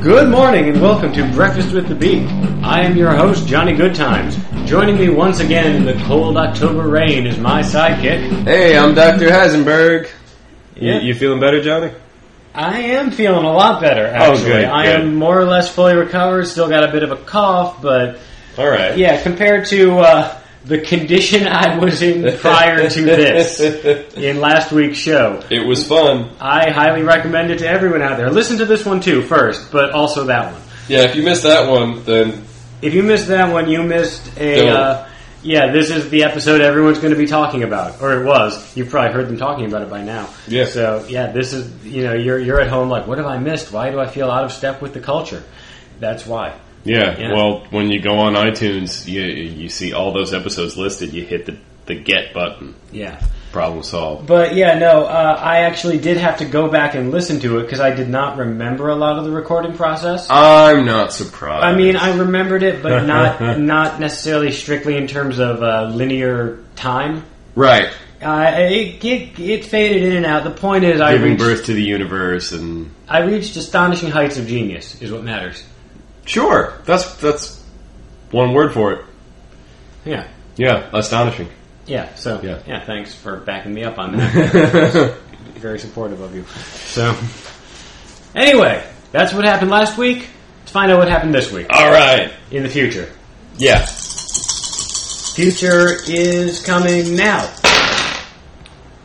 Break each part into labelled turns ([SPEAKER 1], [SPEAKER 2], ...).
[SPEAKER 1] Good morning and welcome to Breakfast with the Beat. I am your host, Johnny Goodtimes. Joining me once again in the cold October rain is my sidekick.
[SPEAKER 2] Hey, I'm Dr. Heisenberg.
[SPEAKER 1] Yeah.
[SPEAKER 2] You, you feeling better, Johnny?
[SPEAKER 1] I am feeling a lot better, actually.
[SPEAKER 2] Oh, good,
[SPEAKER 1] I
[SPEAKER 2] good.
[SPEAKER 1] am more or less fully recovered, still got a bit of a cough, but
[SPEAKER 2] All right.
[SPEAKER 1] yeah, compared to uh, the condition I was in prior to this
[SPEAKER 2] it
[SPEAKER 1] in last week's show,
[SPEAKER 2] was fun.
[SPEAKER 1] I highly recommend it to everyone out there. Listen to this one too first, but also that one.
[SPEAKER 2] Yeah, if you missed that one, then
[SPEAKER 1] If you missed that one, you missed a.
[SPEAKER 2] Don't.
[SPEAKER 1] Uh, yeah, this is the episode everyone's going to be talking about, or it was. You've probably heard them talking about it by now.
[SPEAKER 2] Yeah.
[SPEAKER 1] So yeah, this is you know you're you're at home like what have I missed? Why do I feel out of step with the culture? That's why.
[SPEAKER 3] Yeah,
[SPEAKER 1] Yeah.
[SPEAKER 3] well, when you go on iTunes, you you see all those episodes listed. You hit the the get button.
[SPEAKER 1] Yeah.
[SPEAKER 3] Problem solved.
[SPEAKER 1] But yeah, no, uh, I actually did have to go back and listen to it because I did not remember a lot of the recording process.
[SPEAKER 2] I'm not surprised.
[SPEAKER 1] I mean, I remembered it, but not not necessarily strictly in terms of uh, linear time.
[SPEAKER 2] right.
[SPEAKER 1] Uh, it, it it faded in and out. The point is, I
[SPEAKER 3] Giving
[SPEAKER 1] reached
[SPEAKER 3] birth to the universe, and
[SPEAKER 1] I reached astonishing heights of genius is what matters.
[SPEAKER 2] Sure.
[SPEAKER 3] that's that's one word for it.
[SPEAKER 1] Yeah,
[SPEAKER 3] Yeah, astonishing.
[SPEAKER 1] yeah. So yeah,
[SPEAKER 3] Yeah.
[SPEAKER 1] thanks for backing me up on that. Very supportive of you. So anyway, that's what happened last week. Let's find out what happened this week
[SPEAKER 3] All right.
[SPEAKER 1] in the future.
[SPEAKER 3] Yeah.
[SPEAKER 1] Future is coming now.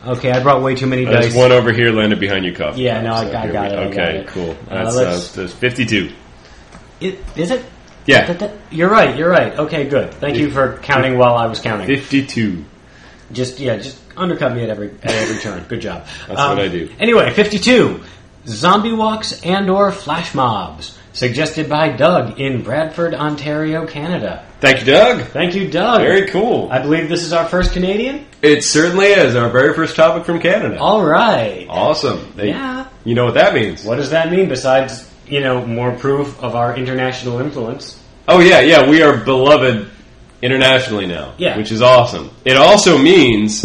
[SPEAKER 1] Okay, I brought way too many
[SPEAKER 3] There's
[SPEAKER 1] dice.
[SPEAKER 3] one over here landed behind your cup.
[SPEAKER 1] Yeah, no, I- I
[SPEAKER 3] here
[SPEAKER 1] got
[SPEAKER 3] we-
[SPEAKER 1] it, I
[SPEAKER 3] Okay,
[SPEAKER 1] got it.
[SPEAKER 3] cool.
[SPEAKER 1] Uh,
[SPEAKER 3] That's
[SPEAKER 1] let's-
[SPEAKER 3] uh, there's 52.
[SPEAKER 1] I- Is it?
[SPEAKER 3] Yeah,
[SPEAKER 1] You're right. You're right. Okay, good. Thank you for counting while I was counting.
[SPEAKER 3] 52.
[SPEAKER 1] Just yeah, just undercut me at every at every turn. Good job. Um,
[SPEAKER 3] That's what I do.
[SPEAKER 1] Anyway, fifty-two zombie walks and/or flash mobs suggested by Doug in Bradford, Ontario, Canada.
[SPEAKER 3] Thank you, Doug.
[SPEAKER 1] Thank you, Doug.
[SPEAKER 3] Very cool.
[SPEAKER 1] I believe this is our first Canadian.
[SPEAKER 2] It certainly is our very first topic from Canada.
[SPEAKER 1] All right.
[SPEAKER 2] Awesome. They-
[SPEAKER 1] Yeah.
[SPEAKER 2] You know what that means?
[SPEAKER 1] What does that mean besides you know more proof of our international influence?
[SPEAKER 2] Oh yeah, yeah. We are beloved internationally now.
[SPEAKER 1] Yeah.
[SPEAKER 2] Which is awesome. It also means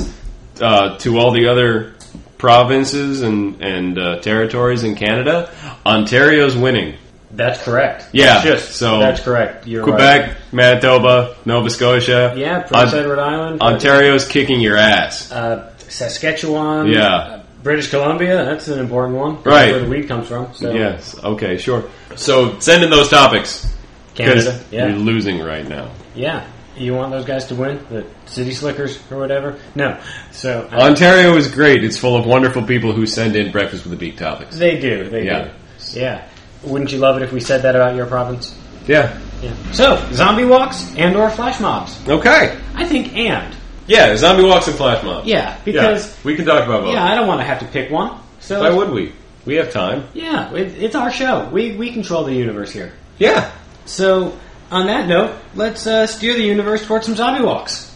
[SPEAKER 2] uh, to all the other provinces and and uh, territories in Canada, Ontario's winning.
[SPEAKER 1] That's correct.
[SPEAKER 2] Yeah,
[SPEAKER 1] Just
[SPEAKER 2] so-
[SPEAKER 1] that's correct. You're
[SPEAKER 2] Quebec,
[SPEAKER 1] Right.
[SPEAKER 2] Manitoba, Nova Scotia.
[SPEAKER 1] Yeah, Prince
[SPEAKER 2] On-
[SPEAKER 1] Edward Island,
[SPEAKER 2] Ontario's kicking your ass.
[SPEAKER 1] uh, Saskatchewan,
[SPEAKER 2] Yeah.
[SPEAKER 1] uh, British Columbia. That's an important one. That's
[SPEAKER 2] Right.
[SPEAKER 1] where the weed comes from. So
[SPEAKER 2] Yes. Okay. Sure. So send in those topics
[SPEAKER 1] Canada, yeah,
[SPEAKER 2] you're losing right now.
[SPEAKER 1] yeah. You want those guys to win, the City Slickers or whatever? No. So uh,
[SPEAKER 2] Ontario is great. It's full of wonderful people who send in breakfast with the beat topics.
[SPEAKER 1] they do, they
[SPEAKER 2] Yeah.
[SPEAKER 1] do. Yeah. Wouldn't you love it if we said that about your province?
[SPEAKER 2] Yeah.
[SPEAKER 1] Yeah. So zombie walks and or flash mobs.
[SPEAKER 2] Okay.
[SPEAKER 1] I think and
[SPEAKER 2] Yeah. Zombie walks and flash mob.
[SPEAKER 1] yeah because
[SPEAKER 2] we can talk about
[SPEAKER 1] yeah,
[SPEAKER 2] both.
[SPEAKER 1] I don't want to have to pick one. So
[SPEAKER 2] Why would we? We have time.
[SPEAKER 1] yeah, it, it's our show. We we control the universe here.
[SPEAKER 2] Yeah.
[SPEAKER 1] So on that note, let's uh, steer the universe towards some zombie walks.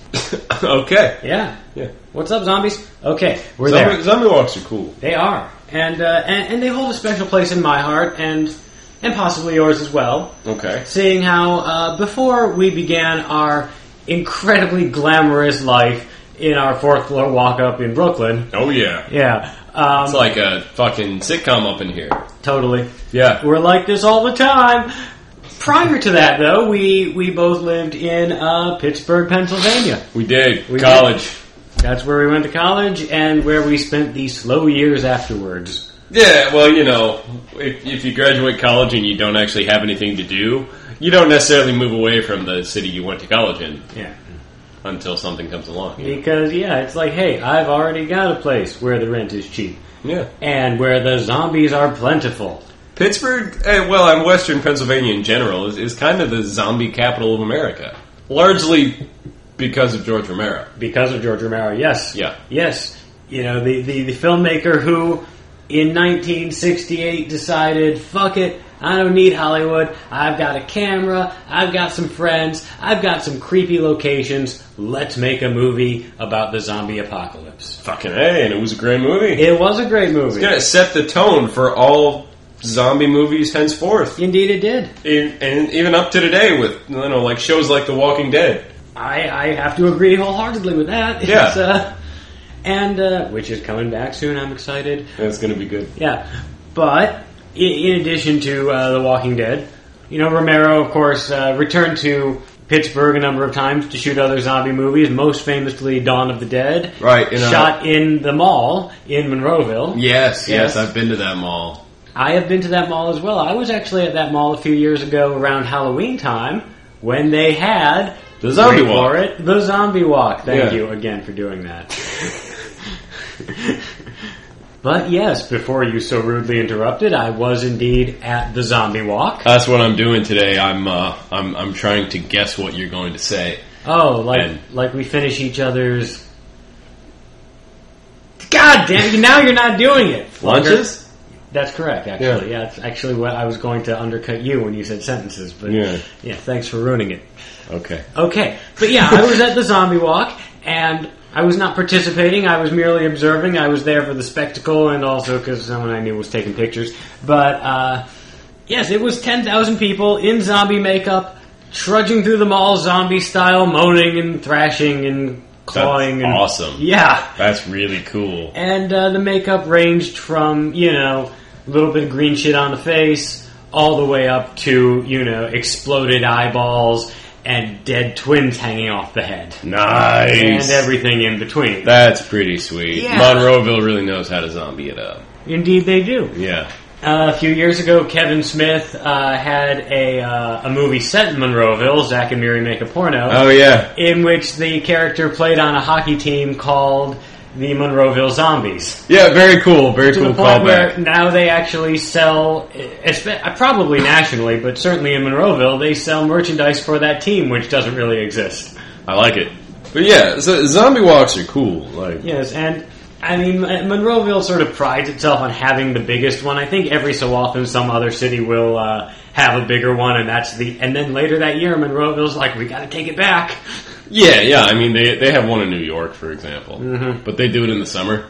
[SPEAKER 2] okay.
[SPEAKER 1] Yeah.
[SPEAKER 2] Yeah.
[SPEAKER 1] What's up, zombies? Okay, we're there.
[SPEAKER 2] Zombie, zombie walks are cool.
[SPEAKER 1] They are, and, uh, and and they hold a special place in my heart, and and possibly yours as well.
[SPEAKER 2] Okay.
[SPEAKER 1] Seeing how uh, before we began our incredibly glamorous life in our fourth floor walk up in Brooklyn,
[SPEAKER 2] Oh yeah.
[SPEAKER 1] yeah, um,
[SPEAKER 2] It's like a fucking sitcom up in here.
[SPEAKER 1] totally,
[SPEAKER 2] Yeah.
[SPEAKER 1] we're like this all the time. Prior to that, though, we we both lived in uh, Pittsburgh, Pennsylvania.
[SPEAKER 2] We did.
[SPEAKER 1] We
[SPEAKER 2] College.
[SPEAKER 1] That's where we went to college and where we spent the slow years afterwards.
[SPEAKER 2] Yeah, well, you know, if, if you graduate college and you don't actually have anything to do, you don't necessarily move away from the city you went to college in
[SPEAKER 1] Yeah.
[SPEAKER 2] until something comes along.
[SPEAKER 1] Because yeah, it's like, hey, I've already got a place where the rent is cheap
[SPEAKER 2] Yeah.
[SPEAKER 1] and where the zombies are plentiful.
[SPEAKER 2] Pittsburgh, eh, well, and Western Pennsylvania in general, is, is kind of the zombie capital of America. Largely because of George Romero.
[SPEAKER 1] Because of George Romero, yes.
[SPEAKER 2] Yeah.
[SPEAKER 1] Yes. You know, the, the, the filmmaker who in 1968 decided, fuck it, I don't need Hollywood. I've got a camera, I've got some friends, I've got some creepy locations. Let's make a movie about the zombie apocalypse.
[SPEAKER 2] Fucking A, and it was a great movie.
[SPEAKER 1] It was a great movie.
[SPEAKER 2] It's going to set the tone for all zombie movies henceforth.
[SPEAKER 1] Indeed, it did.
[SPEAKER 2] In, and even up to today with, you know, like shows like The Walking Dead.
[SPEAKER 1] I, I have to agree wholeheartedly with that.
[SPEAKER 2] Yeah.
[SPEAKER 1] It's, uh, and uh, which is coming back soon. I'm excited.
[SPEAKER 2] It's going to be good.
[SPEAKER 1] Yeah, but in, in addition to uh, The Walking Dead, you know, Romero, of course, uh, returned to Pittsburgh a number of times to shoot other zombie movies, most famously Dawn of the Dead.
[SPEAKER 2] Right, in a-
[SPEAKER 1] shot in the mall in Monroeville.
[SPEAKER 2] Yes, yes,
[SPEAKER 1] Yes.
[SPEAKER 2] I've been to that mall.
[SPEAKER 1] I have been to that mall as well. I was actually at that mall a few years ago around Halloween time when they had
[SPEAKER 2] The zombie
[SPEAKER 1] wait
[SPEAKER 2] walk.
[SPEAKER 1] for it, the zombie walk. Thank
[SPEAKER 2] Yeah.
[SPEAKER 1] you again for doing that. but yes, before you so rudely interrupted, I was indeed at the zombie walk.
[SPEAKER 2] That's what I'm doing today. I'm uh, I'm I'm trying to guess what you're going to say.
[SPEAKER 1] Oh, like
[SPEAKER 2] And-
[SPEAKER 1] like we finish each other's. God damn! you- Now you're not doing it. Flunker.
[SPEAKER 2] Lunches?
[SPEAKER 1] That's correct. Actually, yeah. that's actually what I was going to undercut you when you said sentences, but
[SPEAKER 2] Yeah.
[SPEAKER 1] yeah thanks for ruining it.
[SPEAKER 2] Okay.
[SPEAKER 1] Okay, but yeah, I was at the zombie walk, and I was not participating. I was merely observing. I was there for the spectacle, and also because someone I knew was taking pictures. But uh, yes, it was ten thousand people in zombie makeup, trudging through the mall, zombie style, moaning and thrashing and clawing. and,
[SPEAKER 2] awesome.
[SPEAKER 1] Yeah,
[SPEAKER 2] That's really cool.
[SPEAKER 1] and uh, the makeup ranged from you know a little bit of green shit on the face all the way up to you know exploded eyeballs and dead twins hanging off the head
[SPEAKER 2] Nice.
[SPEAKER 1] and everything in between
[SPEAKER 2] That's pretty sweet.
[SPEAKER 1] Yeah.
[SPEAKER 2] Monroeville really knows how to zombie it up.
[SPEAKER 1] indeed they do
[SPEAKER 2] Yeah.
[SPEAKER 1] Uh, a few years ago, Kevin Smith uh, had a, uh, a movie set in Monroeville, Zach and Miri Make a Porno,
[SPEAKER 2] Oh yeah.
[SPEAKER 1] in which the character played on a hockey team called the Monroeville Zombies.
[SPEAKER 2] Yeah. Very cool. Very
[SPEAKER 1] to
[SPEAKER 2] cool
[SPEAKER 1] the point where
[SPEAKER 2] callback.
[SPEAKER 1] now they actually sell, espe- probably nationally, but certainly in Monroeville, they sell merchandise for that team, which doesn't really exist.
[SPEAKER 2] I like it. But yeah, so zombie walks are cool. Like
[SPEAKER 1] Yes, and I mean, Mon- Monroeville sort of prides itself on having the biggest one. I think every so often some other city will uh, have a bigger one, and that's the. And then later that year, Monroeville's like, we got to take it back.
[SPEAKER 2] yeah, yeah. I mean, they they have one in New York, for example,
[SPEAKER 1] Mm-hmm.
[SPEAKER 2] but they do it in the summer.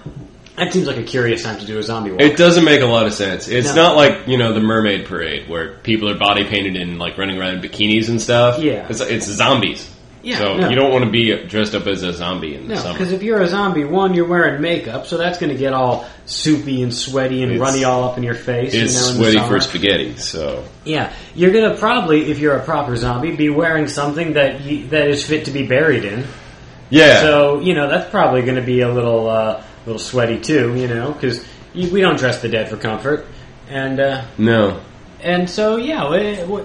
[SPEAKER 1] That seems like a curious time to do a zombie walk.
[SPEAKER 2] It doesn't make a lot of sense. It's
[SPEAKER 1] No.
[SPEAKER 2] not like you know the Mermaid Parade where people are body painted and like running around in bikinis and stuff.
[SPEAKER 1] Yeah.
[SPEAKER 2] it's, it's zombies.
[SPEAKER 1] Yeah,
[SPEAKER 2] so
[SPEAKER 1] no.
[SPEAKER 2] you don't want to be dressed up as a zombie in the
[SPEAKER 1] No, because
[SPEAKER 2] summer.
[SPEAKER 1] if you're a zombie, one, you're wearing makeup, so that's going to get all soupy and sweaty and
[SPEAKER 2] It's-
[SPEAKER 1] runny all up in your face.
[SPEAKER 2] It's
[SPEAKER 1] you know, in the
[SPEAKER 2] sweaty
[SPEAKER 1] summer.
[SPEAKER 2] for spaghetti. So
[SPEAKER 1] Yeah, you're going to probably, if you're a proper zombie, be wearing something that you, that is fit to be buried in.
[SPEAKER 2] yeah,
[SPEAKER 1] So you know that's probably going to be a little uh, little sweaty too. You know, because we don't dress the dead for comfort, and uh,
[SPEAKER 2] no,
[SPEAKER 1] and so yeah, what, what,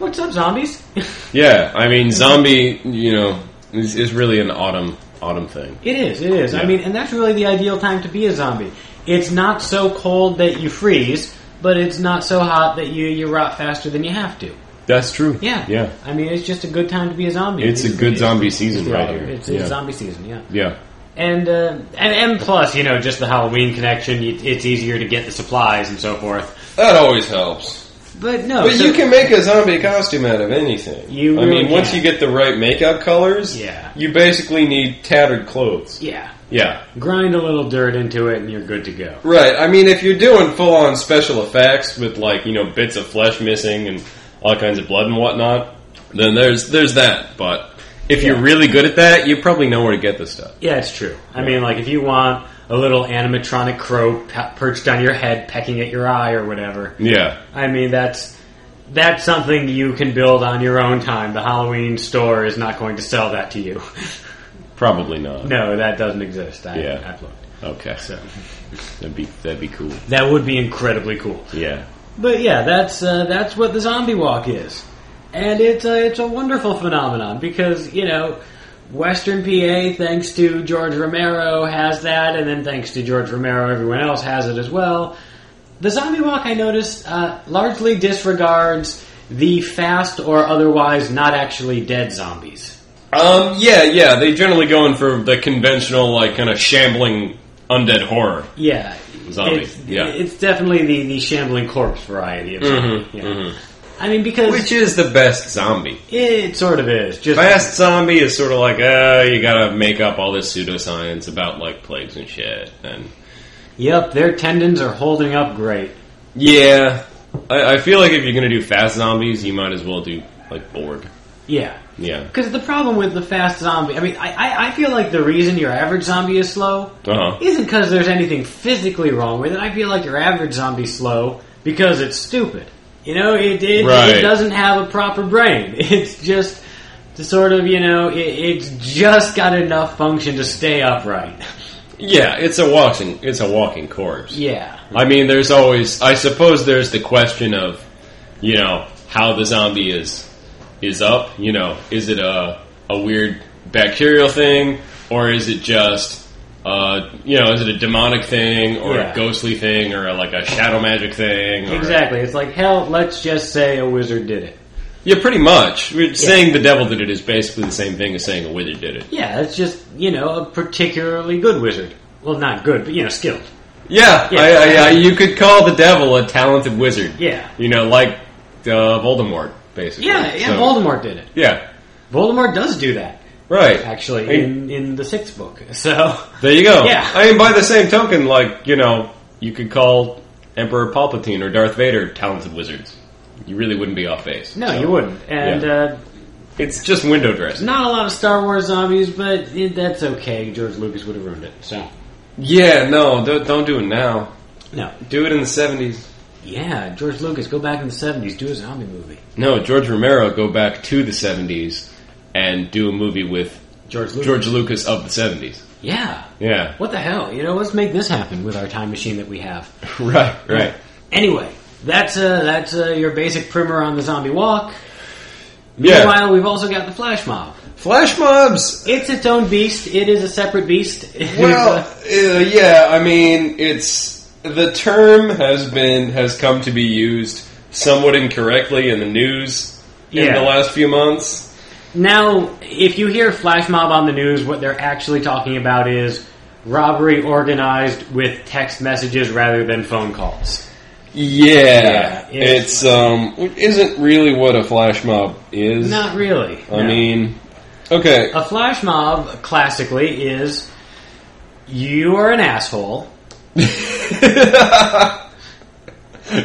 [SPEAKER 1] what's up, zombies?
[SPEAKER 2] yeah. I mean, zombie. You know, is, is really an autumn autumn thing.
[SPEAKER 1] It is, it is. I
[SPEAKER 2] Yeah.
[SPEAKER 1] mean, and that's really the ideal time to be a zombie. It's not so cold that you freeze, but it's not so hot that you, you rot faster than you have to.
[SPEAKER 2] That's true.
[SPEAKER 1] Yeah.
[SPEAKER 2] yeah.
[SPEAKER 1] I mean, it's just a good time to be a zombie.
[SPEAKER 2] It's a good zombie season
[SPEAKER 1] Yeah,
[SPEAKER 2] right here.
[SPEAKER 1] It's,
[SPEAKER 2] yeah.
[SPEAKER 1] it's zombie season, yeah.
[SPEAKER 2] yeah.
[SPEAKER 1] And, uh, and and plus, you know, just the Halloween connection, it- it's easier to get the supplies and so forth.
[SPEAKER 2] That always helps.
[SPEAKER 1] But no,
[SPEAKER 2] But
[SPEAKER 1] so-
[SPEAKER 2] you can make a zombie costume out of anything.
[SPEAKER 1] You
[SPEAKER 2] I
[SPEAKER 1] really
[SPEAKER 2] mean, once
[SPEAKER 1] can.
[SPEAKER 2] you get the right makeup colors,
[SPEAKER 1] Yeah.
[SPEAKER 2] you basically need tattered clothes.
[SPEAKER 1] yeah,
[SPEAKER 2] Yeah.
[SPEAKER 1] grind a little dirt into it, and you're good to go.
[SPEAKER 2] Right. I mean, if you're doing full on special effects with like, you know, bits of flesh missing and all kinds of blood and whatnot, then there's there's that. But if
[SPEAKER 1] Yeah.
[SPEAKER 2] you're really good at that, you probably know where to get this stuff.
[SPEAKER 1] Yeah, it's true. I mean, like if you want a little animatronic crow pe- perched on your head, pecking at your eye or whatever.
[SPEAKER 2] Yeah.
[SPEAKER 1] I mean, that's that's something you can build on your own time. The Halloween store is not going to sell that to you.
[SPEAKER 2] Probably not.
[SPEAKER 1] no, that doesn't exist. I,
[SPEAKER 2] Yeah.
[SPEAKER 1] I've looked.
[SPEAKER 2] Okay. That'd be that'd be cool.
[SPEAKER 1] That would be incredibly cool.
[SPEAKER 2] Yeah.
[SPEAKER 1] But yeah, that's uh, that's what the zombie walk is, and it's a, it's a wonderful phenomenon because you know. Western PA, thanks to George Romero, has that, and then thanks to George Romero, everyone else has it as well. The zombie walk, I noticed, uh, largely disregards the fast or otherwise not actually dead zombies.
[SPEAKER 2] Um, yeah, yeah. They generally go in for the conventional, like, kind of shambling undead horror.
[SPEAKER 1] Yeah.
[SPEAKER 2] Zombie,
[SPEAKER 1] It's,
[SPEAKER 2] yeah.
[SPEAKER 1] It's definitely the, the shambling corpse variety of zombie. yeah. I mean, because
[SPEAKER 2] Mm-hmm. Which is the best zombie.
[SPEAKER 1] it sort of is. Just
[SPEAKER 2] Fast zombie is sort of like, uh, you gotta make up all this pseudoscience about, like, plagues and shit. And,
[SPEAKER 1] Yep, their tendons are holding up great.
[SPEAKER 2] yeah. I, I feel like if you're gonna do fast zombies, you might as well do, like, Borg.
[SPEAKER 1] Yeah.
[SPEAKER 2] Yeah.
[SPEAKER 1] Because the problem with the fast zombie, I mean, I, I, I feel like the reason your average zombie is slow
[SPEAKER 2] Uh huh.
[SPEAKER 1] isn't because there's anything physically wrong with it. I feel like your average zombie's slow because it's stupid. You know, it it,
[SPEAKER 2] Right.
[SPEAKER 1] it doesn't have a proper brain. It's just the sort of you know, it, it's just got enough function to stay upright.
[SPEAKER 2] Yeah, it's a walking it's a walking corpse.
[SPEAKER 1] yeah,
[SPEAKER 2] I mean, there's always. I suppose there's the question of, you know, how the zombie is is up. You know, is it a a weird bacterial thing, or is it just, uh, you know, is it a demonic thing, or
[SPEAKER 1] Yeah.
[SPEAKER 2] a ghostly thing, or a, like a shadow magic thing? Or,
[SPEAKER 1] exactly. It's like hell. Let's just say a wizard did it.
[SPEAKER 2] Yeah, pretty much. We're- Saying the devil did it is basically the same thing as saying a wizard did it.
[SPEAKER 1] Yeah, it's just you know a particularly good wizard. Well, not good, but you know skilled.
[SPEAKER 2] Yeah,
[SPEAKER 1] Yeah.
[SPEAKER 2] I, I, I, you could call the devil a talented wizard.
[SPEAKER 1] Yeah,
[SPEAKER 2] You know, like uh, Voldemort, basically.
[SPEAKER 1] yeah, yeah.
[SPEAKER 2] So-
[SPEAKER 1] Voldemort did it.
[SPEAKER 2] Yeah.
[SPEAKER 1] Voldemort does do that
[SPEAKER 2] Right.
[SPEAKER 1] actually
[SPEAKER 2] Hey.
[SPEAKER 1] in in the sixth book. So
[SPEAKER 2] There you go.
[SPEAKER 1] Yeah.
[SPEAKER 2] I mean, by the same token, like, you know, you could call Emperor Palpatine or Darth Vader talented wizards. You really wouldn't be off base.
[SPEAKER 1] no,
[SPEAKER 2] So,
[SPEAKER 1] you wouldn't. And
[SPEAKER 2] Yeah.
[SPEAKER 1] uh,
[SPEAKER 2] It's just window dressing.
[SPEAKER 1] not a lot of Star Wars zombies, but it, that's okay. George Lucas would have ruined it. So
[SPEAKER 2] Yeah, no, don't, don't do it now.
[SPEAKER 1] no,
[SPEAKER 2] Do it in the 70s.
[SPEAKER 1] yeah, George Lucas, go back in the seventies, do a zombie movie.
[SPEAKER 2] No, George Romero, go back to the 70s and do a movie with
[SPEAKER 1] George Lucas.
[SPEAKER 2] George Lucas of the 70s.
[SPEAKER 1] Yeah.
[SPEAKER 2] Yeah.
[SPEAKER 1] What the hell? You know, let's make this happen with our time machine that we have.
[SPEAKER 2] Right, right.
[SPEAKER 1] Anyway, that's uh, that's uh, your basic primer on the zombie walk.
[SPEAKER 2] Yeah.
[SPEAKER 1] Meanwhile, we've also got the flash mob.
[SPEAKER 2] Flash mobs
[SPEAKER 1] It's its own beast. It is a separate beast. It is,
[SPEAKER 2] Well,
[SPEAKER 1] uh,
[SPEAKER 2] uh, yeah, I mean, it's the term has been has come to be used somewhat incorrectly in the news in
[SPEAKER 1] Yeah.
[SPEAKER 2] the last few months.
[SPEAKER 1] now, if you hear flash mob on the news, what they're actually talking about is robbery organized with text messages rather than phone calls.
[SPEAKER 2] Yeah,
[SPEAKER 1] Yeah,
[SPEAKER 2] it's
[SPEAKER 1] it's-
[SPEAKER 2] um, which isn't really what a flash mob is.
[SPEAKER 1] Not really.
[SPEAKER 2] I
[SPEAKER 1] no.
[SPEAKER 2] mean, okay,
[SPEAKER 1] a flash mob classically is you are an asshole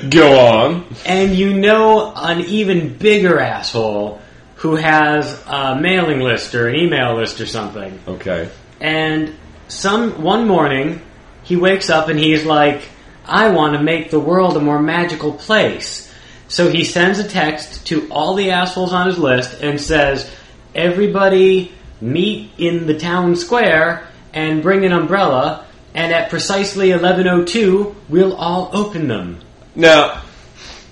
[SPEAKER 2] go on.
[SPEAKER 1] and you know an even bigger asshole who has a mailing list or an email list or something.
[SPEAKER 2] Okay,
[SPEAKER 1] And some one morning, he wakes up and he's like, "I want to make the world a more magical place." So he sends a text to all the assholes on his list and says, "Everybody meet in the town square and bring an umbrella." And at precisely 11:02, we'll all open them.
[SPEAKER 2] now.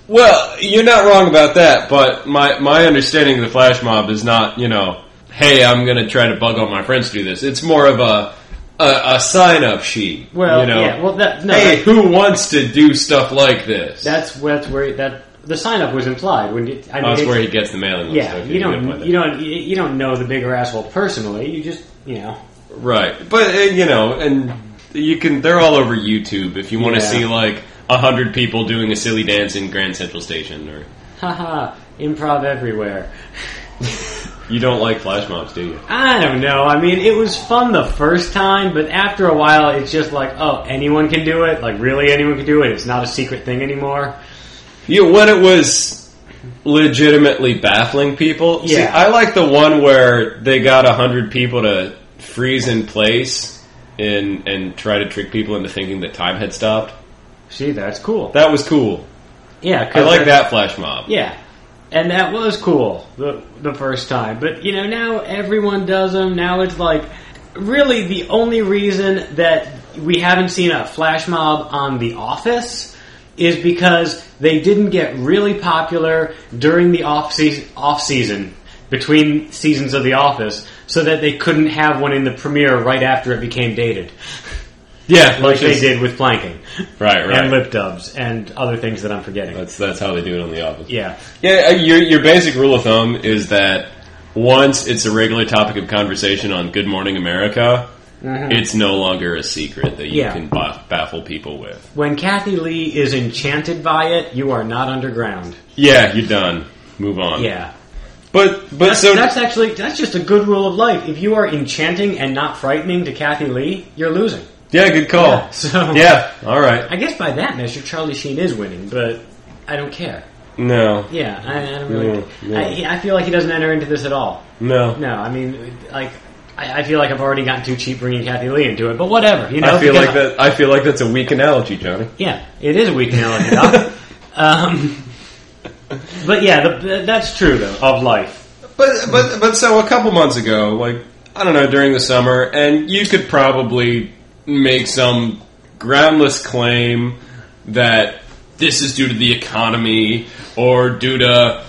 [SPEAKER 2] Well, you're not wrong about that, but my, my understanding of the flash mob is not, you know, hey, I'm going to try to bug all my friends to do this. It's more of a a, a sign up sheet.
[SPEAKER 1] Well,
[SPEAKER 2] you know,
[SPEAKER 1] yeah. Well, that, no,
[SPEAKER 2] hey,
[SPEAKER 1] that-
[SPEAKER 2] who wants to do stuff like this?
[SPEAKER 1] that's that's where that the sign up was implied. When you, I mean,
[SPEAKER 2] Oh, that's
[SPEAKER 1] it's-
[SPEAKER 2] where he gets the mailing list.
[SPEAKER 1] yeah,
[SPEAKER 2] Okay,
[SPEAKER 1] you
[SPEAKER 2] good
[SPEAKER 1] don't
[SPEAKER 2] point
[SPEAKER 1] you don't you- you don't know the bigger asshole personally. You just you know.
[SPEAKER 2] there. right, but uh, you know, and you can. They're all over YouTube if you want to
[SPEAKER 1] Yeah.
[SPEAKER 2] see like a hundred people doing a silly dance in Grand Central Station, or
[SPEAKER 1] Haha, improv everywhere.
[SPEAKER 2] you don't like flash mobs, do you?
[SPEAKER 1] I don't know. I mean, it was fun the first time, but after a while, it's just like, oh, anyone can do it. Like, really, anyone can do it. It's not a secret thing anymore.
[SPEAKER 2] Yeah, when it was legitimately baffling people. See,
[SPEAKER 1] Yeah.
[SPEAKER 2] I like the one where they got a hundred people to freeze in place and and try to trick people into thinking that time had stopped.
[SPEAKER 1] See, that's cool.
[SPEAKER 2] That was cool.
[SPEAKER 1] yeah, 'cause
[SPEAKER 2] I like
[SPEAKER 1] the-
[SPEAKER 2] that flash mob.
[SPEAKER 1] Yeah, and that was cool the the first time. But you know, now everyone does them. Now it's like really the only reason that we haven't seen a flash mob on The Office is because they didn't get really popular during the off season, off season between seasons of The Office, so that they couldn't have one in the premiere right after it became dated,
[SPEAKER 2] Yeah,
[SPEAKER 1] like
[SPEAKER 2] which
[SPEAKER 1] they
[SPEAKER 2] is-
[SPEAKER 1] did with planking
[SPEAKER 2] Right, right.
[SPEAKER 1] and lip dubs and other things that I'm forgetting.
[SPEAKER 2] that's that's how they do it on the office.
[SPEAKER 1] yeah.
[SPEAKER 2] Yeah, uh, your your basic rule of thumb is that once it's a regular topic of conversation on Good Morning America, it's no longer a secret that you
[SPEAKER 1] Mm-hmm. Yeah.
[SPEAKER 2] can ba- baffle people with.
[SPEAKER 1] When Kathy Lee is enchanted by it, you are not underground.
[SPEAKER 2] Yeah, you're done. Move on.
[SPEAKER 1] Yeah.
[SPEAKER 2] But but
[SPEAKER 1] That's,
[SPEAKER 2] so
[SPEAKER 1] that's actually that's just a good rule of life. If you are enchanting and not frightening to Kathy Lee, you're losing.
[SPEAKER 2] yeah, good call. Oh. Yeah.
[SPEAKER 1] So
[SPEAKER 2] all right.
[SPEAKER 1] I guess by that measure, Charlie Sheen is winning, but I don't care.
[SPEAKER 2] No,
[SPEAKER 1] Yeah, I, I don't really.
[SPEAKER 2] No, no.
[SPEAKER 1] I, he- I feel like he doesn't enter into this at all.
[SPEAKER 2] no.
[SPEAKER 1] No, I mean, like, I, I feel like I've already gotten too cheap bringing Kathy Lee into it, but whatever. You know,
[SPEAKER 2] I feel
[SPEAKER 1] because-
[SPEAKER 2] like that. I feel like that's a weak analogy, Johnny.
[SPEAKER 1] Yeah, it is a weak analogy. Doc. Um, but yeah, the, that's true though of life.
[SPEAKER 2] But but but so a couple months ago, like I don't know, during the summer, and you could probably make some groundless claim that this is due to the economy or due to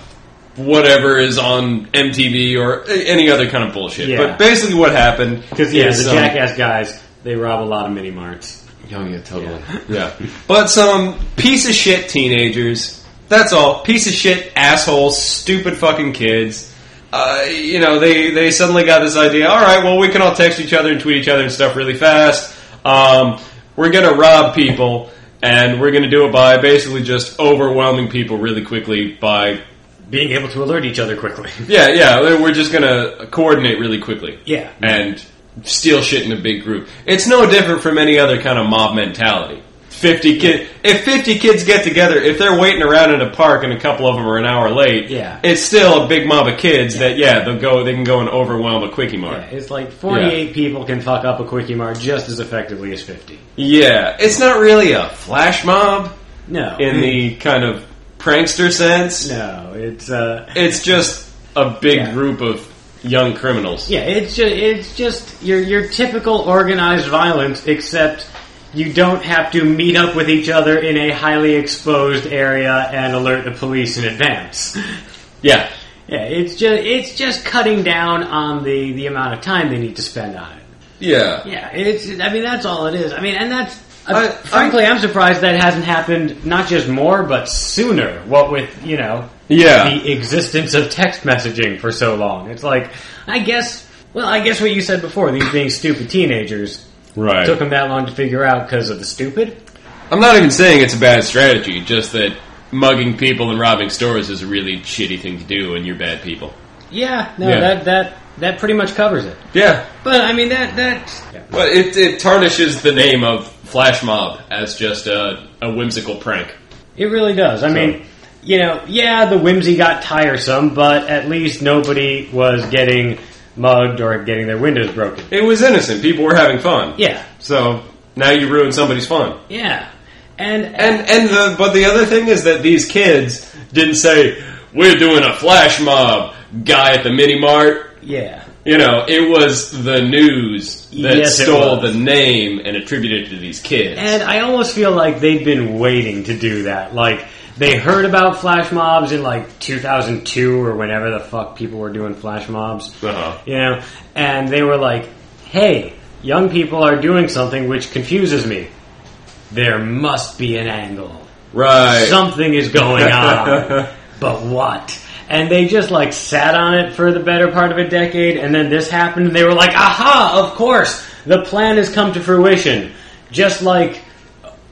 [SPEAKER 2] whatever is on MTV or a- any other kind of bullshit.
[SPEAKER 1] Yeah.
[SPEAKER 2] But basically, what happened?
[SPEAKER 1] Because yeah,
[SPEAKER 2] is,
[SPEAKER 1] the
[SPEAKER 2] um,
[SPEAKER 1] jackass guys they rob a lot of mini marts.
[SPEAKER 2] Oh yeah, totally. Yeah. But some piece of shit teenagers. That's all. Piece of shit assholes, stupid fucking kids. Uh, you know, they they suddenly got this idea. All right, well, we can all text each other and tweet each other and stuff really fast. Um, we're gonna rob people, and we're gonna do it by basically just overwhelming people really quickly by
[SPEAKER 1] Being able to alert each other quickly.
[SPEAKER 2] yeah, yeah. We're just gonna coordinate really quickly
[SPEAKER 1] yeah.
[SPEAKER 2] and steal shit in a big group. It's no different from any other kind of mob mentality. Fifty kid, if fifty kids get together, if they're waiting around in a park and a couple of them are an hour late,
[SPEAKER 1] Yeah.
[SPEAKER 2] it's still a big mob of kids that yeah, they'll go, they can go and overwhelm a quickie
[SPEAKER 1] Yeah,
[SPEAKER 2] mart.
[SPEAKER 1] It's like 48 people can fuck up a quickie mart just as effectively as 50.
[SPEAKER 2] Yeah, it's not really a flash mob
[SPEAKER 1] No.
[SPEAKER 2] in the
[SPEAKER 1] Mm-hmm.
[SPEAKER 2] kind of prankster sense.
[SPEAKER 1] no, it's uh
[SPEAKER 2] It's just a big
[SPEAKER 1] Yeah.
[SPEAKER 2] group of young criminals.
[SPEAKER 1] yeah, it's just it's just your your typical organized violence except you don't have to meet up with each other in a highly exposed area and alert the police in advance.
[SPEAKER 2] Yeah,
[SPEAKER 1] Yeah, it's just it's just cutting down on the the amount of time they need to spend on it.
[SPEAKER 2] yeah.
[SPEAKER 1] Yeah, it's. I mean, that's all it is. I mean, and that's. uh,
[SPEAKER 2] I-
[SPEAKER 1] frankly, I, am surprised that hasn't happened. Not just more, but sooner. What with you know,
[SPEAKER 2] Yeah.
[SPEAKER 1] the existence of text messaging for so long. It's like, I guess. Well, I guess what you said before. These being stupid teenagers
[SPEAKER 2] Right.
[SPEAKER 1] took them that long to figure out because of the stupid.
[SPEAKER 2] I'm not even saying it's a bad strategy, just that mugging people and robbing stores is a really shitty thing to do and you're bad people.
[SPEAKER 1] Yeah. No.
[SPEAKER 2] Yeah.
[SPEAKER 1] That that that pretty much covers it.
[SPEAKER 2] Yeah.
[SPEAKER 1] But I mean that that.
[SPEAKER 2] Well, it, it tarnishes the name of Flash Mob as just a, a whimsical prank.
[SPEAKER 1] It really does. I mean, you know, yeah, the whimsy got tiresome, but at least nobody was getting mugged or getting their windows broken.
[SPEAKER 2] It was innocent. People were having fun.
[SPEAKER 1] Yeah,
[SPEAKER 2] So now you ruin somebody's fun.
[SPEAKER 1] yeah, and uh,
[SPEAKER 2] And and the but the other thing is that these kids didn't say we're doing a flash mob guy at the mini mart
[SPEAKER 1] yeah,
[SPEAKER 2] You know, it was the news that
[SPEAKER 1] Yes, it
[SPEAKER 2] stole
[SPEAKER 1] was.
[SPEAKER 2] the name and attributed it to these kids.
[SPEAKER 1] and I almost feel like they've been waiting to do that. Like they heard about flash mobs in like 2002 or whenever the fuck people were doing flash mobs.
[SPEAKER 2] Uh-huh.
[SPEAKER 1] you know, and they were like, "Hey, young people are doing something which confuses me. There must be an angle."
[SPEAKER 2] Right.
[SPEAKER 1] something is going on. but what? And they just like sat on it for the better part of a decade, and then this happened, and they were like, aha, of course, the plan has come to fruition. Just like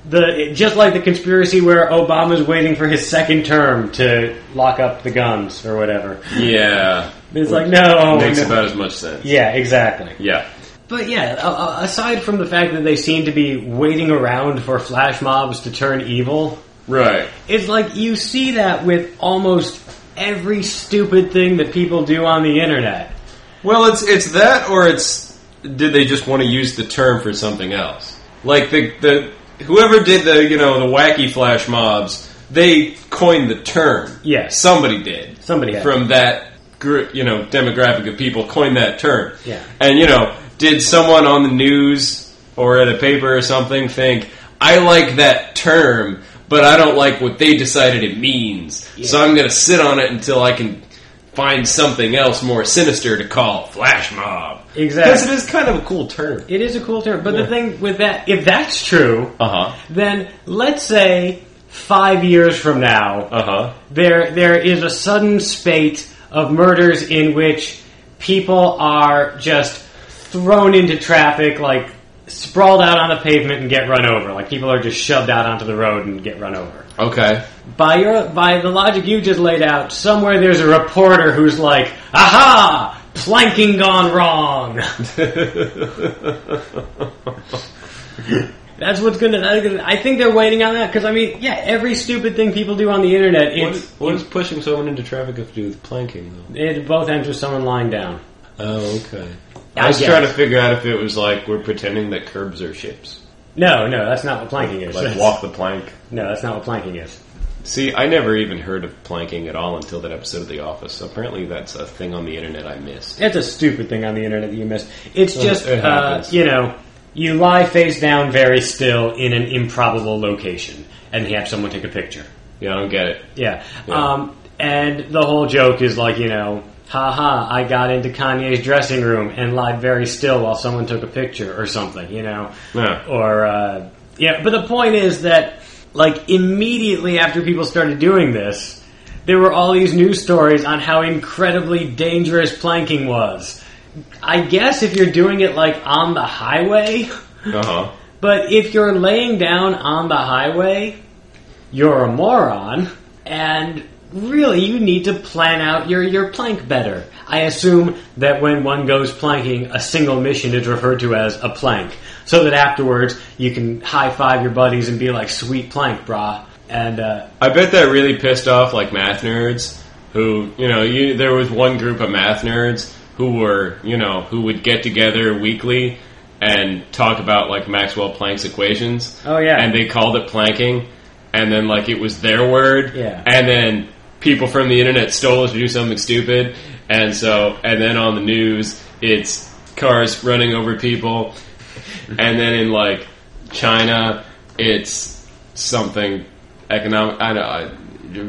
[SPEAKER 1] the just like the conspiracy where Obama's waiting for his second term to lock up the guns or whatever.
[SPEAKER 2] yeah.
[SPEAKER 1] It's like no,
[SPEAKER 2] Makes
[SPEAKER 1] no.
[SPEAKER 2] about as much sense.
[SPEAKER 1] yeah, exactly.
[SPEAKER 2] Yeah.
[SPEAKER 1] But yeah, a- a- aside from the fact that they seem to be waiting around for flash mobs to turn evil,
[SPEAKER 2] Right.
[SPEAKER 1] it's like you see that with almost every stupid thing that people do on the internet.
[SPEAKER 2] Well, it's it's that or it's did they just want to use the term for something else? Like the the whoever did the, you know, the wacky flash mobs, they coined the term.
[SPEAKER 1] Yes.
[SPEAKER 2] Somebody did.
[SPEAKER 1] Somebody had.
[SPEAKER 2] from that group, you know, demographic of people coined that term.
[SPEAKER 1] Yeah.
[SPEAKER 2] And you know, did someone on the news or at a paper or something think I like that term, but I don't like what they decided it means. So I'm going to sit on it until I can find something else more sinister to call flash mob.
[SPEAKER 1] Exactly.
[SPEAKER 2] Because it is kind of a cool term.
[SPEAKER 1] it is a cool term, but the thing with that, if that's true,
[SPEAKER 2] Uh huh.
[SPEAKER 1] then let's say five years from now,
[SPEAKER 2] Uh huh.
[SPEAKER 1] there there is a sudden spate of murders in which people are just thrown into traffic, like sprawled out on the pavement and get run over. Like people are just shoved out onto the road and get run over.
[SPEAKER 2] Okay.
[SPEAKER 1] by your by the logic you just laid out, somewhere there's a reporter who's like, "Aha, planking gone wrong." That's what's gonna, that's gonna- I think they're waiting on that because I mean, yeah, every stupid thing people do on the internet, it's
[SPEAKER 2] what does pushing someone into traffic have to do with planking, though?
[SPEAKER 1] it both ends with someone lying down.
[SPEAKER 2] Oh, okay.
[SPEAKER 1] I
[SPEAKER 2] I was
[SPEAKER 1] guess.
[SPEAKER 2] trying to figure out if it was like we're pretending that curbs are ships.
[SPEAKER 1] No, no, that's not what planking is.
[SPEAKER 2] Like walk the plank.
[SPEAKER 1] No, that's not what planking is.
[SPEAKER 2] See, I never even heard of planking at all until that episode of The Office. So apparently, that's a thing on the internet I missed.
[SPEAKER 1] That's a stupid thing on the internet that you missed. It's
[SPEAKER 2] Well,
[SPEAKER 1] just,
[SPEAKER 2] it
[SPEAKER 1] uh,
[SPEAKER 2] happens.
[SPEAKER 1] you know, you lie face down very still in an improbable location and have someone take a picture.
[SPEAKER 2] Yeah, I don't get it.
[SPEAKER 1] Yeah.
[SPEAKER 2] Yeah.
[SPEAKER 1] Um, and the whole joke is like, you know, haha, I got into Kanye's dressing room and lied very still while someone took a picture or something, you know?
[SPEAKER 2] Yeah.
[SPEAKER 1] Or, uh, yeah, but the point is that, like, immediately after people started doing this, there were all these news stories on how incredibly dangerous planking was. I guess if you're doing it, like, on the highway,
[SPEAKER 2] Uh huh.
[SPEAKER 1] but if you're laying down on the highway, you're a moron, and really you need to plan out your, your plank better. I assume that when one goes planking, a single mission is referred to as a plank, so that afterwards you can high five your buddies and be like, sweet plank, brah. And, uh,
[SPEAKER 2] I bet that really pissed off like math nerds who, you know, you, there was one group of math nerds who were, you know, who would get together weekly and talk about like Maxwell Planck's equations.
[SPEAKER 1] Oh, yeah.
[SPEAKER 2] And they called it planking and then like it was their word.
[SPEAKER 1] Yeah.
[SPEAKER 2] And then people from the internet stole it to do something stupid. And so and then on the news it's cars running over people and then in like China, it's something economic. I don't. I,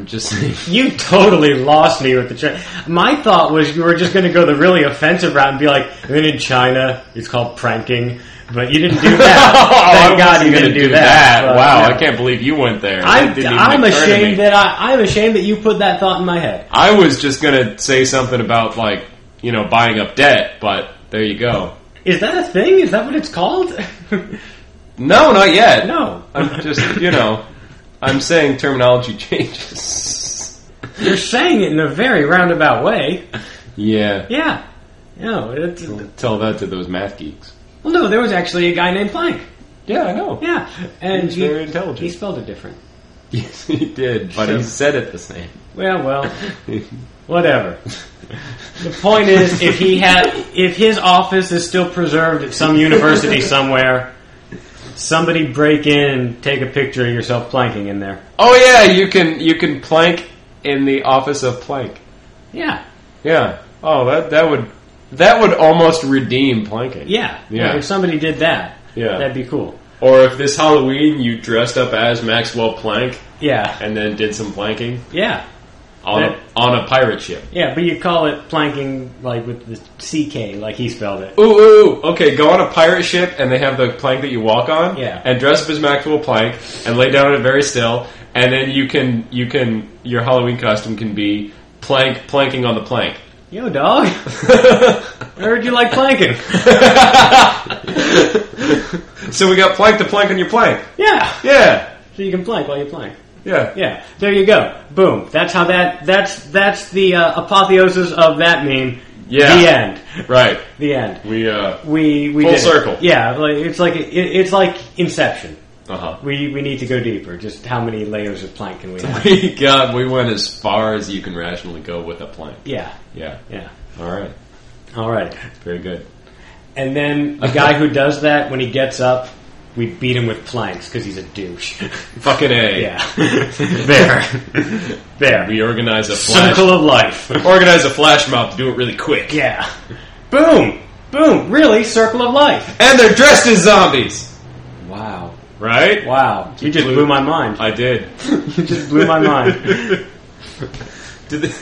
[SPEAKER 2] just
[SPEAKER 1] you totally lost me with the China. My thought was you were just going to go the really offensive route and be like, and then in China, it's called pranking. But you didn't do that. Thank
[SPEAKER 2] I
[SPEAKER 1] God
[SPEAKER 2] wasn't
[SPEAKER 1] you
[SPEAKER 2] Oh, gonna
[SPEAKER 1] didn't do that. but,
[SPEAKER 2] wow,
[SPEAKER 1] yeah.
[SPEAKER 2] I can't believe you went there.
[SPEAKER 1] I'm,
[SPEAKER 2] That didn't even
[SPEAKER 1] I'm
[SPEAKER 2] occur to me.
[SPEAKER 1] ashamed that I, I'm ashamed that you put that thought in my head.
[SPEAKER 2] I was just gonna say something about like you know buying up debt, but there you go.
[SPEAKER 1] Is that a thing? Is that what it's called?
[SPEAKER 2] No, not yet.
[SPEAKER 1] no.
[SPEAKER 2] I'm just you know, I'm saying terminology changes.
[SPEAKER 1] You're saying it in a very roundabout way.
[SPEAKER 2] Yeah,
[SPEAKER 1] Yeah. No, it's, well,
[SPEAKER 2] tell that to those math geeks.
[SPEAKER 1] no, there was actually a guy named Plank.
[SPEAKER 2] Yeah, I know.
[SPEAKER 1] Yeah. And
[SPEAKER 2] He's
[SPEAKER 1] he,
[SPEAKER 2] very intelligent.
[SPEAKER 1] he spelled it different.
[SPEAKER 2] Yes, he did, but
[SPEAKER 1] So-
[SPEAKER 2] he said it the same.
[SPEAKER 1] Well, well, whatever. The point is, if he had, if his office is still preserved at some university somewhere, somebody break in and take a picture of yourself planking in there.
[SPEAKER 2] oh yeah, you can you can plank in the office of plank.
[SPEAKER 1] Yeah.
[SPEAKER 2] Yeah. Oh, that that would that would almost redeem planking.
[SPEAKER 1] Yeah.
[SPEAKER 2] Yeah.
[SPEAKER 1] Like, if somebody did that,
[SPEAKER 2] Yeah.
[SPEAKER 1] that'd be cool.
[SPEAKER 2] Or if this Halloween you dressed up as Maxwell Planck
[SPEAKER 1] Yeah.
[SPEAKER 2] and then did some planking
[SPEAKER 1] Yeah.
[SPEAKER 2] on
[SPEAKER 1] That-
[SPEAKER 2] a, on a pirate ship.
[SPEAKER 1] Yeah, but you call it planking like with the CK, like he spelled it.
[SPEAKER 2] Ooh, ooh, ooh, okay, go on a pirate ship and they have the plank that you walk on.
[SPEAKER 1] Yeah.
[SPEAKER 2] And dress up as Maxwell Planck and lay down at it very still, and then you can you can your Halloween costume can be plank planking on the plank.
[SPEAKER 1] Yo, dog. I heard you like planking.
[SPEAKER 2] So we got plank to plank on your plank.
[SPEAKER 1] Yeah.
[SPEAKER 2] Yeah,
[SPEAKER 1] So you can plank while you plank.
[SPEAKER 2] yeah,
[SPEAKER 1] Yeah. There you go. Boom. That's how that. That's that's the uh, apotheosis of that meme.
[SPEAKER 2] Yeah.
[SPEAKER 1] The end.
[SPEAKER 2] Right.
[SPEAKER 1] The end.
[SPEAKER 2] We uh.
[SPEAKER 1] We we
[SPEAKER 2] Full
[SPEAKER 1] did it.
[SPEAKER 2] circle.
[SPEAKER 1] Yeah. Like, it's like it, it's like Inception.
[SPEAKER 2] Uh huh.
[SPEAKER 1] We we need to go deeper. Just how many layers of plank can we have?
[SPEAKER 2] We got. We went as far as you can rationally go with a plank.
[SPEAKER 1] Yeah.
[SPEAKER 2] Yeah.
[SPEAKER 1] Yeah.
[SPEAKER 2] All right.
[SPEAKER 1] All right.
[SPEAKER 2] Very good.
[SPEAKER 1] And then the guy who does that, when he gets up, we beat him with planks because he's a douche.
[SPEAKER 2] Fucking a.
[SPEAKER 1] yeah. there. There.
[SPEAKER 2] We organize a flash.
[SPEAKER 1] Circle of life.
[SPEAKER 2] Organize a flash mob to do it really quick.
[SPEAKER 1] yeah. Boom. Boom. Really, circle of life.
[SPEAKER 2] And they're dressed as zombies.
[SPEAKER 1] Wow.
[SPEAKER 2] Right.
[SPEAKER 1] Wow. You just blew my mind.
[SPEAKER 2] I did.
[SPEAKER 1] You just blew my mind.
[SPEAKER 2] Did they-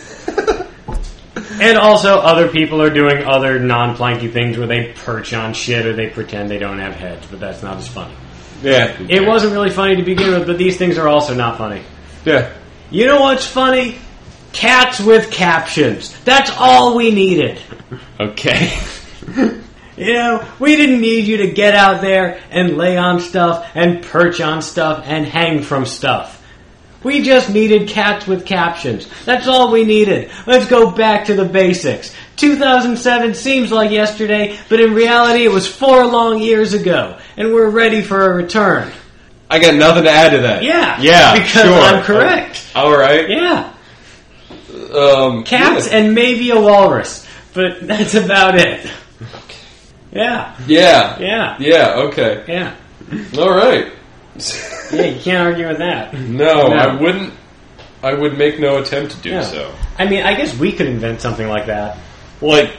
[SPEAKER 1] And also, other people are doing other non-planky things where they perch on shit or they pretend they don't have heads, but that's not as funny.
[SPEAKER 2] yeah.
[SPEAKER 1] It wasn't really funny to begin with, but these things are also not funny.
[SPEAKER 2] Yeah.
[SPEAKER 1] You know what's funny? Cats with captions. That's all we needed.
[SPEAKER 2] Okay.
[SPEAKER 1] You know, we didn't need you to get out there and lay on stuff and perch on stuff and hang from stuff. We just needed cats with captions. That's all we needed. Let's go back to the basics. 2007 seems like yesterday, but in reality it was four long years ago, and we're ready for a return.
[SPEAKER 2] I got nothing to add to that.
[SPEAKER 1] Yeah.
[SPEAKER 2] Yeah.
[SPEAKER 1] Because
[SPEAKER 2] sure. Oh.
[SPEAKER 1] I'm correct.
[SPEAKER 2] All right.
[SPEAKER 1] Yeah.
[SPEAKER 2] Um,
[SPEAKER 1] Cats
[SPEAKER 2] yeah.
[SPEAKER 1] and maybe a walrus, but that's about it. Yeah,
[SPEAKER 2] yeah.
[SPEAKER 1] yeah,
[SPEAKER 2] Yeah. Okay.
[SPEAKER 1] yeah.
[SPEAKER 2] All right.
[SPEAKER 1] Yeah, you can't argue with that.
[SPEAKER 2] No, I wouldn't. I would make no attempt to do
[SPEAKER 1] Yeah.
[SPEAKER 2] so.
[SPEAKER 1] I mean, I guess we could invent something like that.
[SPEAKER 2] Like,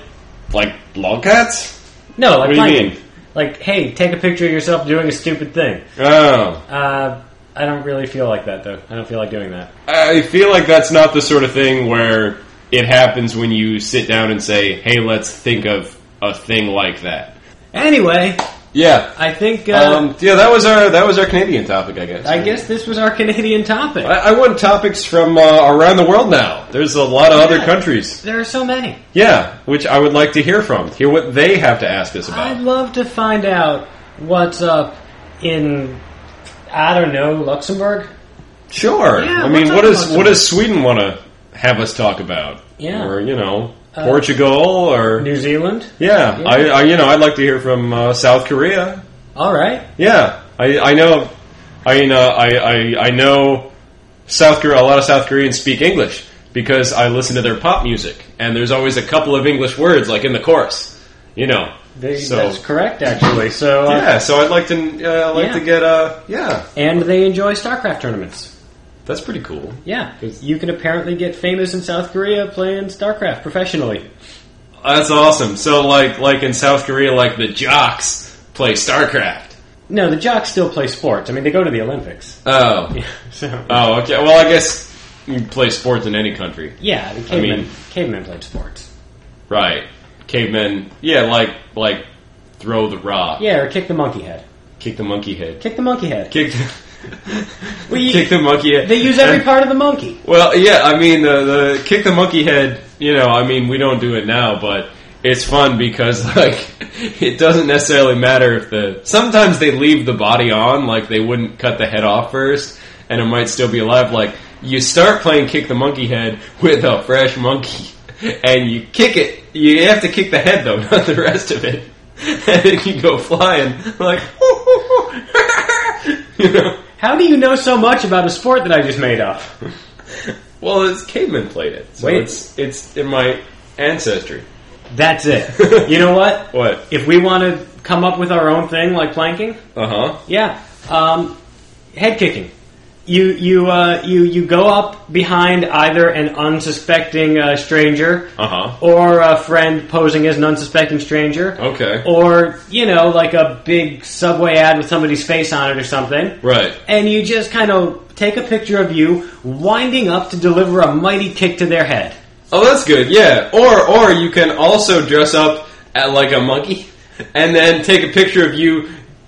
[SPEAKER 2] like log cats?
[SPEAKER 1] No, like
[SPEAKER 2] What do you
[SPEAKER 1] lightning.
[SPEAKER 2] mean?
[SPEAKER 1] Like, hey, take a picture of yourself doing a stupid thing.
[SPEAKER 2] Oh,
[SPEAKER 1] Uh, I don't really feel like that though. I don't feel like doing that.
[SPEAKER 2] I feel like that's not the sort of thing where it happens when you sit down and say, "Hey, let's think of a thing like that."
[SPEAKER 1] Anyway,
[SPEAKER 2] Yeah.
[SPEAKER 1] I think uh,
[SPEAKER 2] Um, yeah, that was our that was our Canadian topic, I guess.
[SPEAKER 1] I guess this was our Canadian topic.
[SPEAKER 2] I, I want topics from uh, around the world now. There's a lot of other
[SPEAKER 1] Yeah.
[SPEAKER 2] countries.
[SPEAKER 1] There are so many.
[SPEAKER 2] Yeah, which I would like to hear from. Hear what they have to ask us about.
[SPEAKER 1] I'd love to find out what's up in I don't know Luxembourg.
[SPEAKER 2] Sure.
[SPEAKER 1] Yeah,
[SPEAKER 2] I
[SPEAKER 1] we'll
[SPEAKER 2] mean,
[SPEAKER 1] talk
[SPEAKER 2] what
[SPEAKER 1] about
[SPEAKER 2] does
[SPEAKER 1] some-
[SPEAKER 2] what does Sweden want to have us talk about?
[SPEAKER 1] Yeah. Uh,
[SPEAKER 2] Or you know, Portugal or
[SPEAKER 1] New Zealand.
[SPEAKER 2] yeah.
[SPEAKER 1] yeah.
[SPEAKER 2] I, I you know I'd like to hear from uh, South Korea.
[SPEAKER 1] All right.
[SPEAKER 2] Yeah. I, I know. I mean, uh, I, I I know South Korea. A lot of South Koreans speak English because I listen to their pop music, and there's always a couple of English words like in the chorus. You know.
[SPEAKER 1] They,
[SPEAKER 2] so
[SPEAKER 1] That's correct, actually. So, uh,
[SPEAKER 2] yeah. So I'd like to uh, like
[SPEAKER 1] Yeah.
[SPEAKER 2] to get uh yeah.
[SPEAKER 1] and they enjoy StarCraft tournaments.
[SPEAKER 2] That's pretty cool.
[SPEAKER 1] Yeah, you can apparently get famous in South Korea playing StarCraft professionally.
[SPEAKER 2] That's awesome. So like like in South Korea, like the jocks play StarCraft.
[SPEAKER 1] No, the jocks still play sports. I mean, they go to the Olympics.
[SPEAKER 2] Oh.
[SPEAKER 1] So
[SPEAKER 2] Oh, okay. Well I guess you play sports in any country.
[SPEAKER 1] yeah, the cavemen
[SPEAKER 2] mean-
[SPEAKER 1] cavemen played sports.
[SPEAKER 2] Right. Cavemen yeah, like like throw the rock.
[SPEAKER 1] Yeah, or kick the monkey head.
[SPEAKER 2] Kick the monkey head.
[SPEAKER 1] Kick the monkey head.
[SPEAKER 2] Kick the,
[SPEAKER 1] Well, you-
[SPEAKER 2] Kick the monkey head.
[SPEAKER 1] they use every
[SPEAKER 2] And-
[SPEAKER 1] part of the monkey.
[SPEAKER 2] Well, yeah, I mean the the kick the monkey head, you know, I mean we don't do it now, but it's fun because like it doesn't necessarily matter if the sometimes they leave the body on, like they wouldn't cut the head off first and it might still be alive like you start playing kick the monkey head with a fresh monkey and you kick it. You have to kick the head though, not the rest of it. And then you go flying like you know.
[SPEAKER 1] How do you know so much about a sport that I just made up?
[SPEAKER 2] Well, it's cavemen played it. So
[SPEAKER 1] Wait.
[SPEAKER 2] it's it's in my ancestry.
[SPEAKER 1] That's it. You know what?
[SPEAKER 2] What?
[SPEAKER 1] If we want to come up with our own thing, like planking,
[SPEAKER 2] Uh huh.
[SPEAKER 1] yeah, um, head kicking. You you uh, you you go up behind either an unsuspecting uh, stranger
[SPEAKER 2] Uh huh.
[SPEAKER 1] or a friend posing as an unsuspecting stranger,
[SPEAKER 2] Okay.
[SPEAKER 1] or you know, like a big subway ad with somebody's face on it or something.
[SPEAKER 2] Right.
[SPEAKER 1] and you just kind of take a picture of you winding up to deliver a mighty kick to their head.
[SPEAKER 2] Oh, that's good. Yeah. Or or you can also dress up at like a monkey and then take a picture of you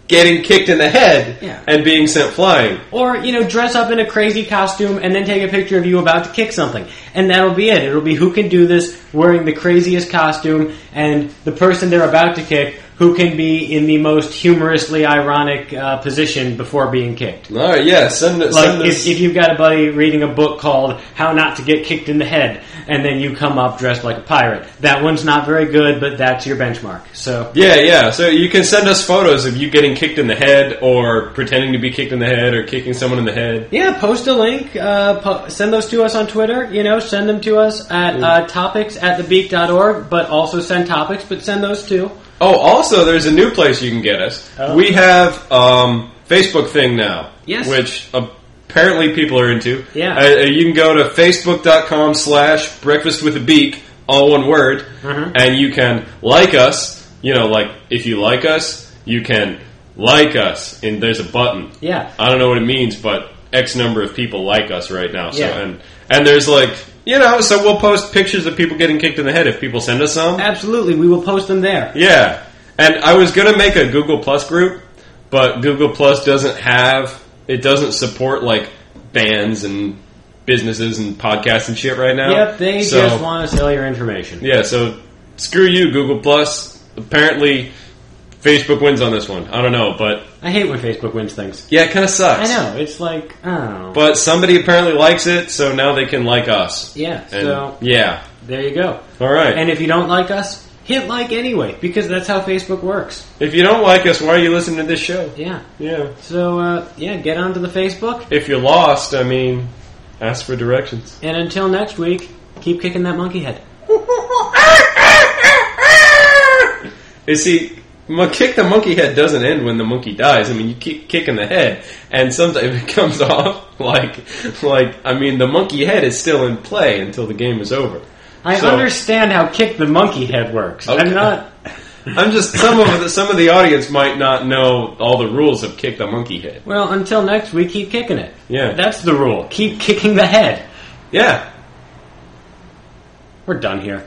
[SPEAKER 2] getting kicked in the head
[SPEAKER 1] Yeah.
[SPEAKER 2] and being sent flying.
[SPEAKER 1] Or, you know, dress up in a crazy costume and then take a picture of you about to kick something. And that'll be it. It'll be who can do this wearing the craziest costume and the person they're about to kick who can be in the most humorously ironic uh, position before being kicked.
[SPEAKER 2] All right. Yeah. Send it.
[SPEAKER 1] Like
[SPEAKER 2] send
[SPEAKER 1] if,
[SPEAKER 2] us-
[SPEAKER 1] if you've got a buddy reading a book called How Not to Get Kicked in the Head, and then you come up dressed like a pirate. That one's not very good, but that's your benchmark. So
[SPEAKER 2] yeah, yeah. So you can send us photos of you getting kicked in the head, or pretending to be kicked in the head, or kicking someone in the head.
[SPEAKER 1] Yeah, post a link. Uh, po- send those to us on Twitter. You know, send them to us at uh, topics at thebeak.org, but also send topics, but send those too.
[SPEAKER 2] Oh, also, there's a new place you can get us.
[SPEAKER 1] Oh.
[SPEAKER 2] We have um, Facebook thing now,
[SPEAKER 1] Yes.
[SPEAKER 2] which apparently people are into.
[SPEAKER 1] Yeah.
[SPEAKER 2] Uh, uh, you can go to facebook.com slash breakfast with a beak, all one word,
[SPEAKER 1] Mhm.
[SPEAKER 2] and you can like us. You know, like if you like us, you can like us, and there's a button.
[SPEAKER 1] Yeah.
[SPEAKER 2] I don't know what it means, but X number of people like us right now. So
[SPEAKER 1] Yeah.
[SPEAKER 2] and and there's like you know, so we'll post pictures of people getting kicked in the head if people send us some.
[SPEAKER 1] Absolutely, we will post them there.
[SPEAKER 2] Yeah, and I was gonna make a Google Plus group, but Google Plus doesn't have it doesn't support like bands and businesses and podcasts and shit right now.
[SPEAKER 1] Yep, they
[SPEAKER 2] so,
[SPEAKER 1] just want to sell your information.
[SPEAKER 2] Yeah, so screw you, Google Plus. Apparently, Facebook wins on this one. I don't know, but
[SPEAKER 1] I hate when Facebook wins things.
[SPEAKER 2] yeah, it kind of
[SPEAKER 1] I
[SPEAKER 2] sucks.
[SPEAKER 1] know, it's like, oh.
[SPEAKER 2] But somebody apparently likes it, so now they can like us.
[SPEAKER 1] yeah,
[SPEAKER 2] And
[SPEAKER 1] so
[SPEAKER 2] yeah,
[SPEAKER 1] there you go.
[SPEAKER 2] all right.
[SPEAKER 1] And if you don't like us, hit like anyway, because that's how Facebook works.
[SPEAKER 2] if you don't like us, why are you listening to this show?
[SPEAKER 1] Yeah.
[SPEAKER 2] Yeah.
[SPEAKER 1] So, uh, yeah, get onto the Facebook,
[SPEAKER 2] If you're lost, I mean, ask for directions.
[SPEAKER 1] and until next week, keep kicking that monkey head.
[SPEAKER 2] You see, Mo- Kick the monkey head doesn't end when the monkey dies. I mean, you keep kicking the head, and sometimes it comes off like, like I mean, the monkey head is still in play until the game is over.
[SPEAKER 1] I
[SPEAKER 2] So-
[SPEAKER 1] understand how kick the monkey head works.
[SPEAKER 2] Okay.
[SPEAKER 1] I'm not.
[SPEAKER 2] I'm just some of the, some of the audience might not know all the rules of kick the monkey head.
[SPEAKER 1] Well, until next week, keep kicking it.
[SPEAKER 2] Yeah.
[SPEAKER 1] That's the rule. Keep kicking the head.
[SPEAKER 2] Yeah,
[SPEAKER 1] We're done here.